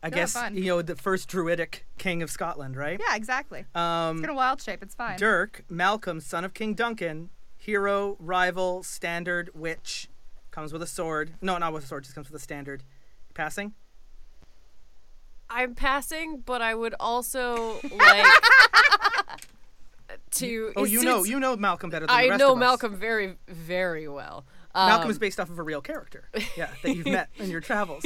I guess fun. you know the first druidic king of Scotland, right? Yeah, exactly. Um, it's gonna wild shape. It's fine. Dirk, Malcolm, son of King Duncan, hero, rival, standard, witch, comes with a sword. No, not with a sword, just comes with a standard. Passing? I'm passing, but I would also like to. Oh, you since know, you know Malcolm better than the I rest know of us. Malcolm Um, very, very well. Malcolm is based off of a real character, yeah, that you've met in your travels.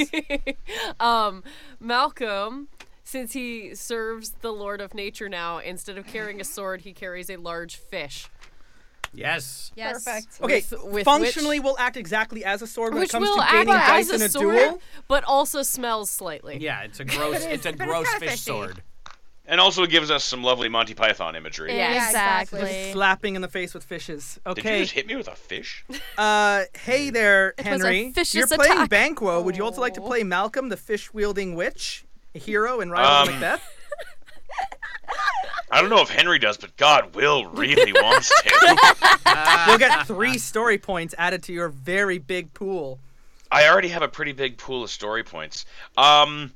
Um, Malcolm, since he serves the Lord of Nature now, instead of carrying a sword, he carries a large fish. Yes. Yes. Perfect. Okay, With- with functionally will act exactly as a sword when Which it comes will to act gaining as dice a, in a sword, duel. but also smells slightly. Yeah, it's a gross. it's a but it's gross kinda fish fishy. sword. And also gives us some lovely Monty Python imagery. Yeah, exactly. Slapping in the face with fishes. Did Okay. you just hit me with a fish? Uh, hey there, was a Henry. vicious You're playing attack. Banquo. Would you also like to play Malcolm, the fish wielding witch, a hero in Rival of Um, Macbeth? I don't know if Henry does, but God, Will really wants to. You'll get three story points added to your very big pool. I already have a pretty big pool of story points. Um,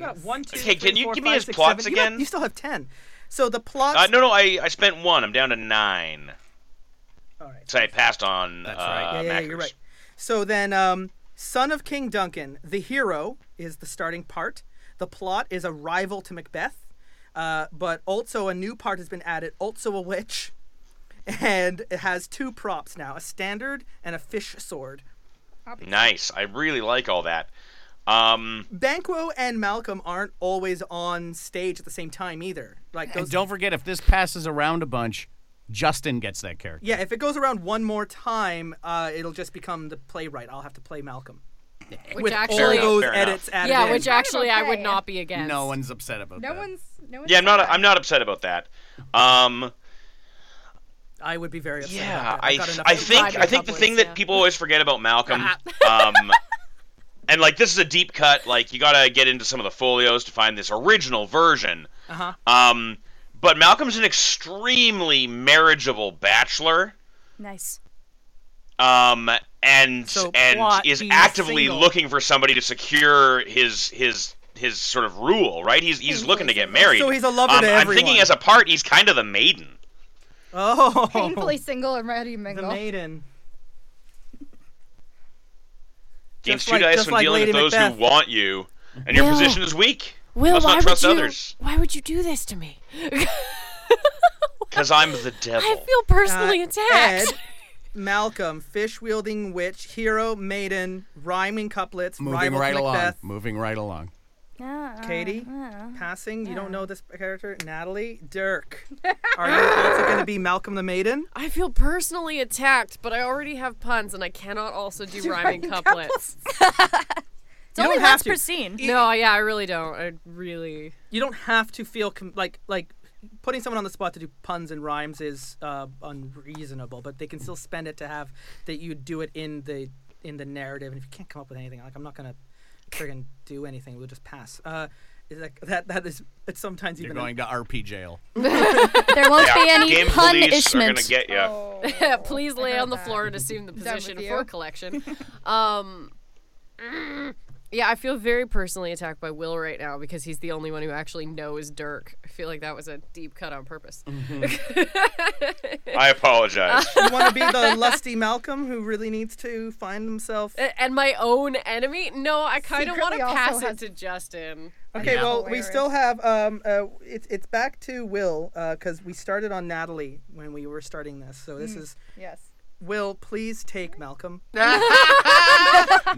You got one, two, Okay, three, can you four, give me five, his six, plots seven. You got- again? You still have ten. So the plots. uh, no, no, I, I spent one. I'm down to nine. All right. So I passed on. That's right. yeah, Uh, yeah, you're Macros. right. So then, um, son of King Duncan, the hero is the starting part. The plot is a rival to Macbeth, uh, but also a new part has been added. Also a witch, and it has two props now: a standard and a fish sword. Nice. I really like all that. Um, Banquo and Malcolm aren't always on stage at the same time either. Like And those don't forget, if this passes around a bunch, Justin gets that character. Yeah, if it goes around one more time, uh, it'll just become the playwright. I'll have to play Malcolm. which With actually, all those Fair enough. edits added yeah, in. which actually I would okay. not be against. No one's upset about No that. one's. No one's. yeah, I'm not. upset. I'm not upset about that. Um, I would be very upset. yeah, about that. I've I, got enough I to- think Private I think the thing couplets, yeah. that people always forget about Malcolm, um, and like this is a deep cut. Like you gotta get into some of the folios to find this original version. Uh-huh. Um, but Malcolm's an extremely marriageable bachelor. Nice. Um, and So and plot, is he's actively single. looking for somebody to secure his his his sort of rule, right? He's he's looking to get married. So he's a lover um, to I'm thinking everyone. as a part, he's kind of the maiden. Oh, painfully single and ready to the mingle. maiden. Gains Just two like- dice just when like dealing Lady with those Macbeth. who want you, and your Will. position is weak. Will, Must why not trust would you? others. Why would you do this to me? Because I'm the devil. I feel personally Uh, attacked. Ed, Malcolm, fish wielding witch, hero, maiden, rhyming couplets, Moving rival right to along. Macbeth. Moving right along. Yeah, uh, Katie, yeah. passing. You don't know this character. Natalie, Dirk. Are you also going to be Malcolm the Maiden? I feel personally attacked, but I already have puns, and I cannot also do rhyming couplets. It's You only don't have once to. per scene. No, yeah, I really don't. I really. You don't have to feel com- like like putting someone on the spot to do puns and rhymes is uh, unreasonable, but they can still spend it to have that you do it in the in the narrative. And if you can't come up with anything, like I'm not going to friggin' do anything. We'll just pass. Uh, is that that that is it's sometimes You're even going to RP jail. There won't be any Game police are gonna punishment. get you. Please lay on the floor and assume the with position you. for collection. Um, mm, yeah, I feel very personally attacked by Will right now because he's the only one who actually knows Dirk. I feel like that was a deep cut on purpose. I apologize. You want to be the lusty Malcolm who really needs to find himself. Uh, A- And my own enemy? No, I kind of want Secretly to also pass it has- to Justin. Okay, Yeah. well, we Hilarious. still have. Um, uh, it's it's back to Will because we started on Natalie when we were starting this. So Mm. this is Yes. Will. Please take Malcolm. All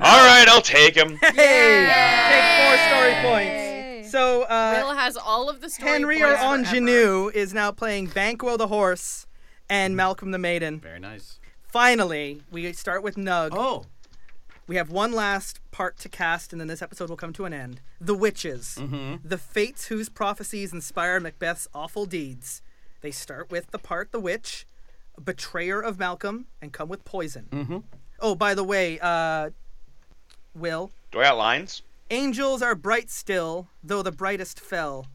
right, I'll take him. Hey, take four story points. So Will uh, has all of the story Henry or points forever. Ingenue is now playing Banquo the horse and Malcolm the maiden. Very nice. Finally, we start with Nug. Oh, We have one last part to cast, and then this episode will come to an end. The witches, the fates whose prophecies inspire Macbeth's awful deeds. They start with the part the witch, betrayer of Malcolm, and come with poison. Oh, by the way, uh, Will, Do I got lines? angels are bright still, though the brightest fell.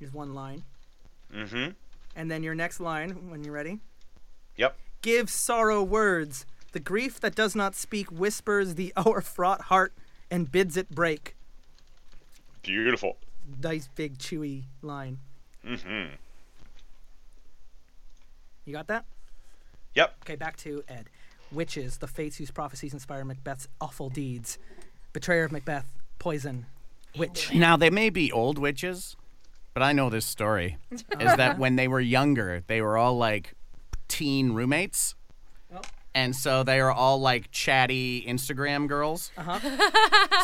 Here's one line, Mm-hmm. and then your next line when you're ready. Yep. Give sorrow words. The grief that does not speak whispers the o'erfraught heart and bids it break. Beautiful. Nice big chewy line. Mm-hmm. You got that? Yep. Okay, back to Ed. Witches, the fates whose prophecies inspire Macbeth's awful deeds. Betrayer of Macbeth, poison, witch. Now they may be old witches, but I know this story is that when they were younger, they were all like teen roommates. And so they are all like chatty Instagram girls.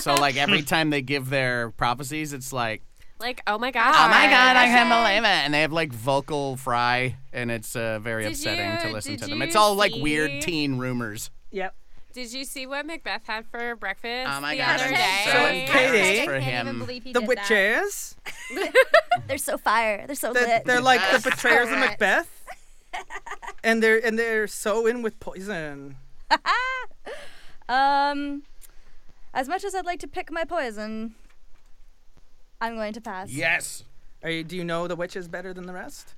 so like every time they give their prophecies, it's like, Like, oh my god. "Oh my god, I can't believe it!" And they have like vocal fry, and it's uh, very Did upsetting to you- listen did to them. you It's all like see- weird teen rumors. Yep. Did you see what Macbeth had for breakfast Oh my the god, other I'm day? so Hashtag embarrassed Katie. for Can't even him. believe he The did that. witches, They're so fire. They're so they're, lit. they're like the betrayers of Macbeth. And they're and they're so in with poison. um, as much as I'd like to pick my poison, I'm going to pass. Yes. Are you, do you know the witches better than the rest?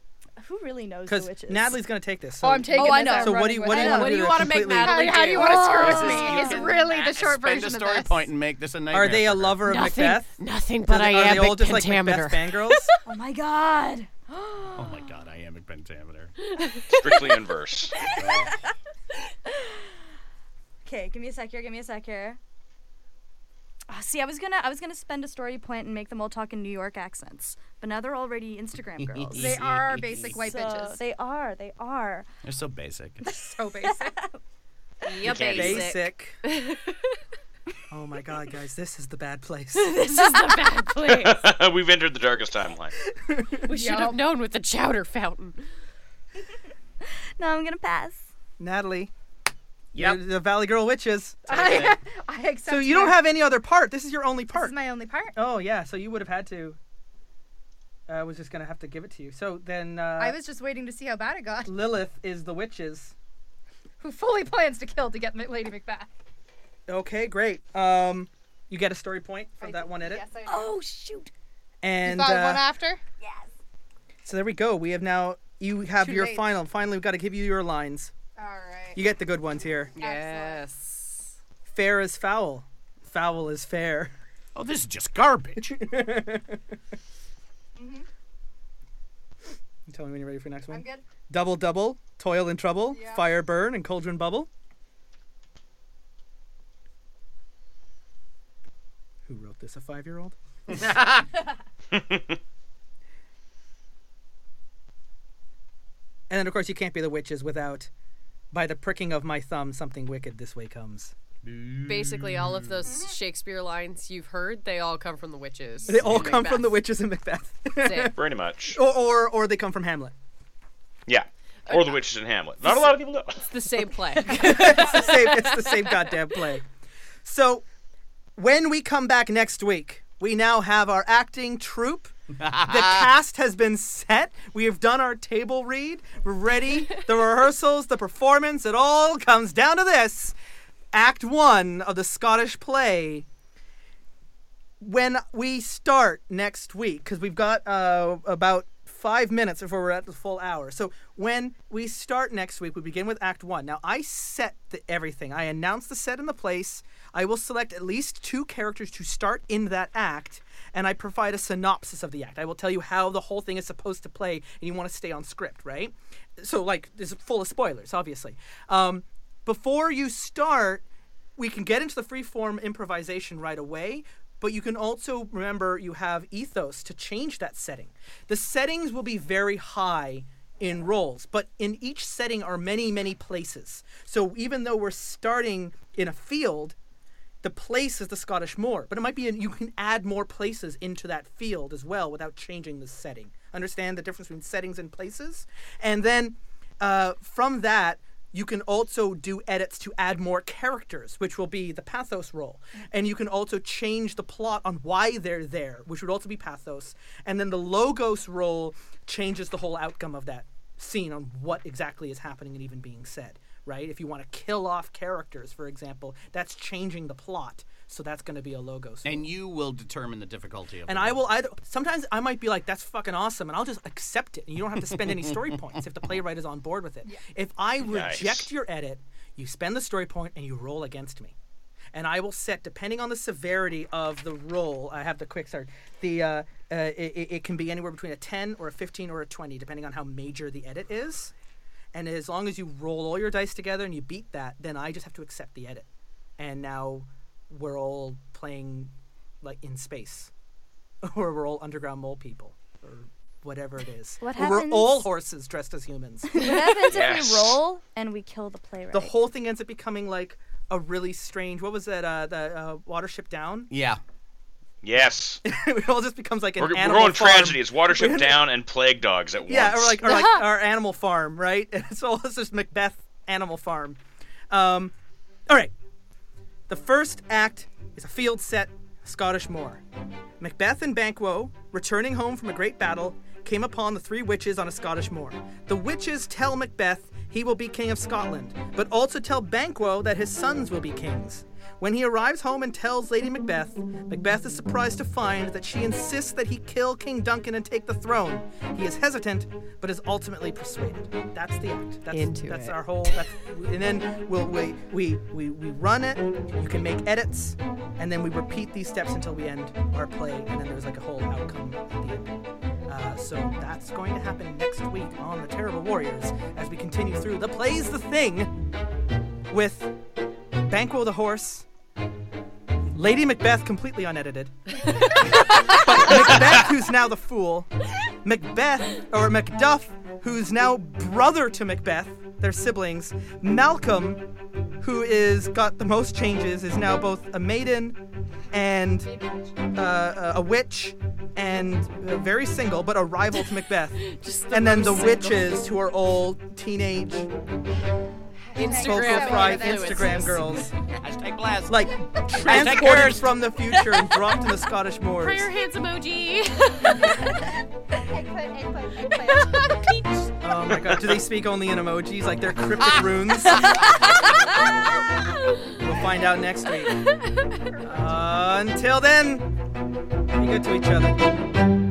Who really knows the Because witches? Natalie's gonna take this. So Oh, I'm taking. Oh, I this, know. I'm So what do you running what do with you it. want I to What do? do you to want to make completely- Natalie with it. How do you do? want to screw with This is- me? you Is can really a- the short spend version a of story this. point and make this a nightmare. Are they for a her. lover of Macbeth? Nothing Are but they- are they all iambic just like Macbeth pentameter. fangirls? Oh my god. Oh my god, I am a pentameter. Strictly in verse. Okay, give me a sec here. Give me a sec here. Ah, see, I was gonna, I was gonna spend a story point and make them all talk in New York accents, but now they're already Instagram girls. They are our basic white So bitches. They are. They are. They're so basic. So basic. Yeah, basic. Basic. oh my god, guys, this is the bad place. This is the bad place. We've entered the darkest timeline. We should have known with the chowder fountain. No, I'm gonna pass. Natalie, Yep. you're the Valley Girl witches. I, I accept. So you don't my- have any other part. This is your only This part. is my only part. oh yeah, so you would have had to. I was just gonna have to give it to you. So then uh, I was just waiting to see how bad it got. Lilith is the witches. Who fully plans to kill to get Ma- Lady Macbeth? Okay, great. Um, you get a story point for that one edit. Yes, I Oh shoot. And Got uh, one after. So there we go. We have now. You have Too your late. final. Finally, we've got to give you your lines. All right. You get the good ones here. Yes. Fair is foul. Foul is fair. Oh, this is just garbage. You Tell me when you're ready for your next one. good. Double double, toil and trouble, fire burn and cauldron bubble. Who wrote this? A five-year-old? and then, of course, you can't be the witches without by the pricking of my thumb, something wicked this way comes. Basically, all of those Shakespeare lines you've heard, they all come from the witches. They all in come from the Macbeth. witches in Macbeth, That's it. Pretty much. or, or or they come from Hamlet. Yeah. Uh, Or the witches in Hamlet. Not a lot of people know. It's the same play. It's the same. It's the same goddamn play. So, when we come back next week, we now have our acting troupe. the cast has been set. We have done our table read. We're ready. The rehearsals, the performance, it all comes down to this. Act one of the Scottish play when we start next week, because we've got uh, about five minutes before we're at the full hour. So when we start next week, we begin with Act One. Now I set the, everything. I announce the set and the place. I will select at least two characters to start in that act, and I provide a synopsis of the act. I will tell you how the whole thing is supposed to play, and you want to stay on script, right? So like, this is full of spoilers, obviously. Um, before you start, we can get into the free form improvisation right away but you can also remember you have ethos to change that setting the settings will be very high in roles but in each setting are many many places so even though we're starting in a field the place is the Scottish moor, but it might be in, you can add more places into that field as well without changing the setting. Understand the difference between settings and places, and then uh, from that you can also do edits to add more characters, which will be the pathos role, and you can also change the plot on why they're there, which would also be pathos, and then the logos role changes the whole outcome of that scene on what exactly is happening and even being said right? If you want to kill off characters, for example, that's changing the plot. So that's going to be a logo. swap. And you will determine the difficulty of And the I roll. will either sometimes I might be like, that's fucking awesome, and I'll just accept it, and you don't have to spend any story points if the playwright is on board with it. If I reject Nice. your edit, you spend the story point and you roll against me. And I will set, depending on the severity of the roll, I have the quick start. The uh, uh, it, it can be anywhere between a ten or a fifteen or a twenty, depending on how major the edit is. And as long as you roll all your dice together and you beat that, then I just have to accept the edit. And now we're all playing like in space, or we're all underground mole people, or whatever it is. What Or We're all happens- horses dressed as humans. What happens if Yes. we roll and we kill the playwright? the whole thing ends up becoming like a really strange. What was that? Uh, the uh, Watership Down. Yeah. Yes. it all just becomes like an We're, we're animal going farm. tragedy. It's Watership Down and Plague Dogs at Yeah, once. or like or like our Animal Farm, right? It's all this is Macbeth Animal Farm. Um, all right. The first act is a field set Scottish moor. Macbeth and Banquo, returning home from a great battle, came upon the three witches on a Scottish moor. The witches tell Macbeth he will be king of Scotland, but also tell Banquo that his sons will be kings. When he arrives home and tells Lady Macbeth, Macbeth is surprised to find that she insists that he kill King Duncan and take the throne. He is hesitant, but is ultimately persuaded. That's the act. That's, Into that's it. our whole. That's, and then we'll, we, we, we, we run it, you can make edits, and then we repeat these steps until we end our play, and then there's like a whole outcome at the end. Uh, so that's going to happen next week on The Terrible Warriors as we continue through The Play's the Thing with Banquo the Horse, Lady Macbeth completely unedited, but Macbeth, who's now the fool, Macbeth, or Macduff, who's now brother to Macbeth, they're siblings, Malcolm, who is got the most changes, is now both a maiden and uh, a witch and uh, very single, but a rival to Macbeth. and then the witches, who are all teenage vocal Instagram fry influencers. Instagram girls, Hashtag blast. like transported cursed. from the future and dropped in the Scottish moors. Prayer hands emoji. Oh my god, do they speak only in emojis? Like they're cryptic runes? we'll find out next week. until then, be good to each other.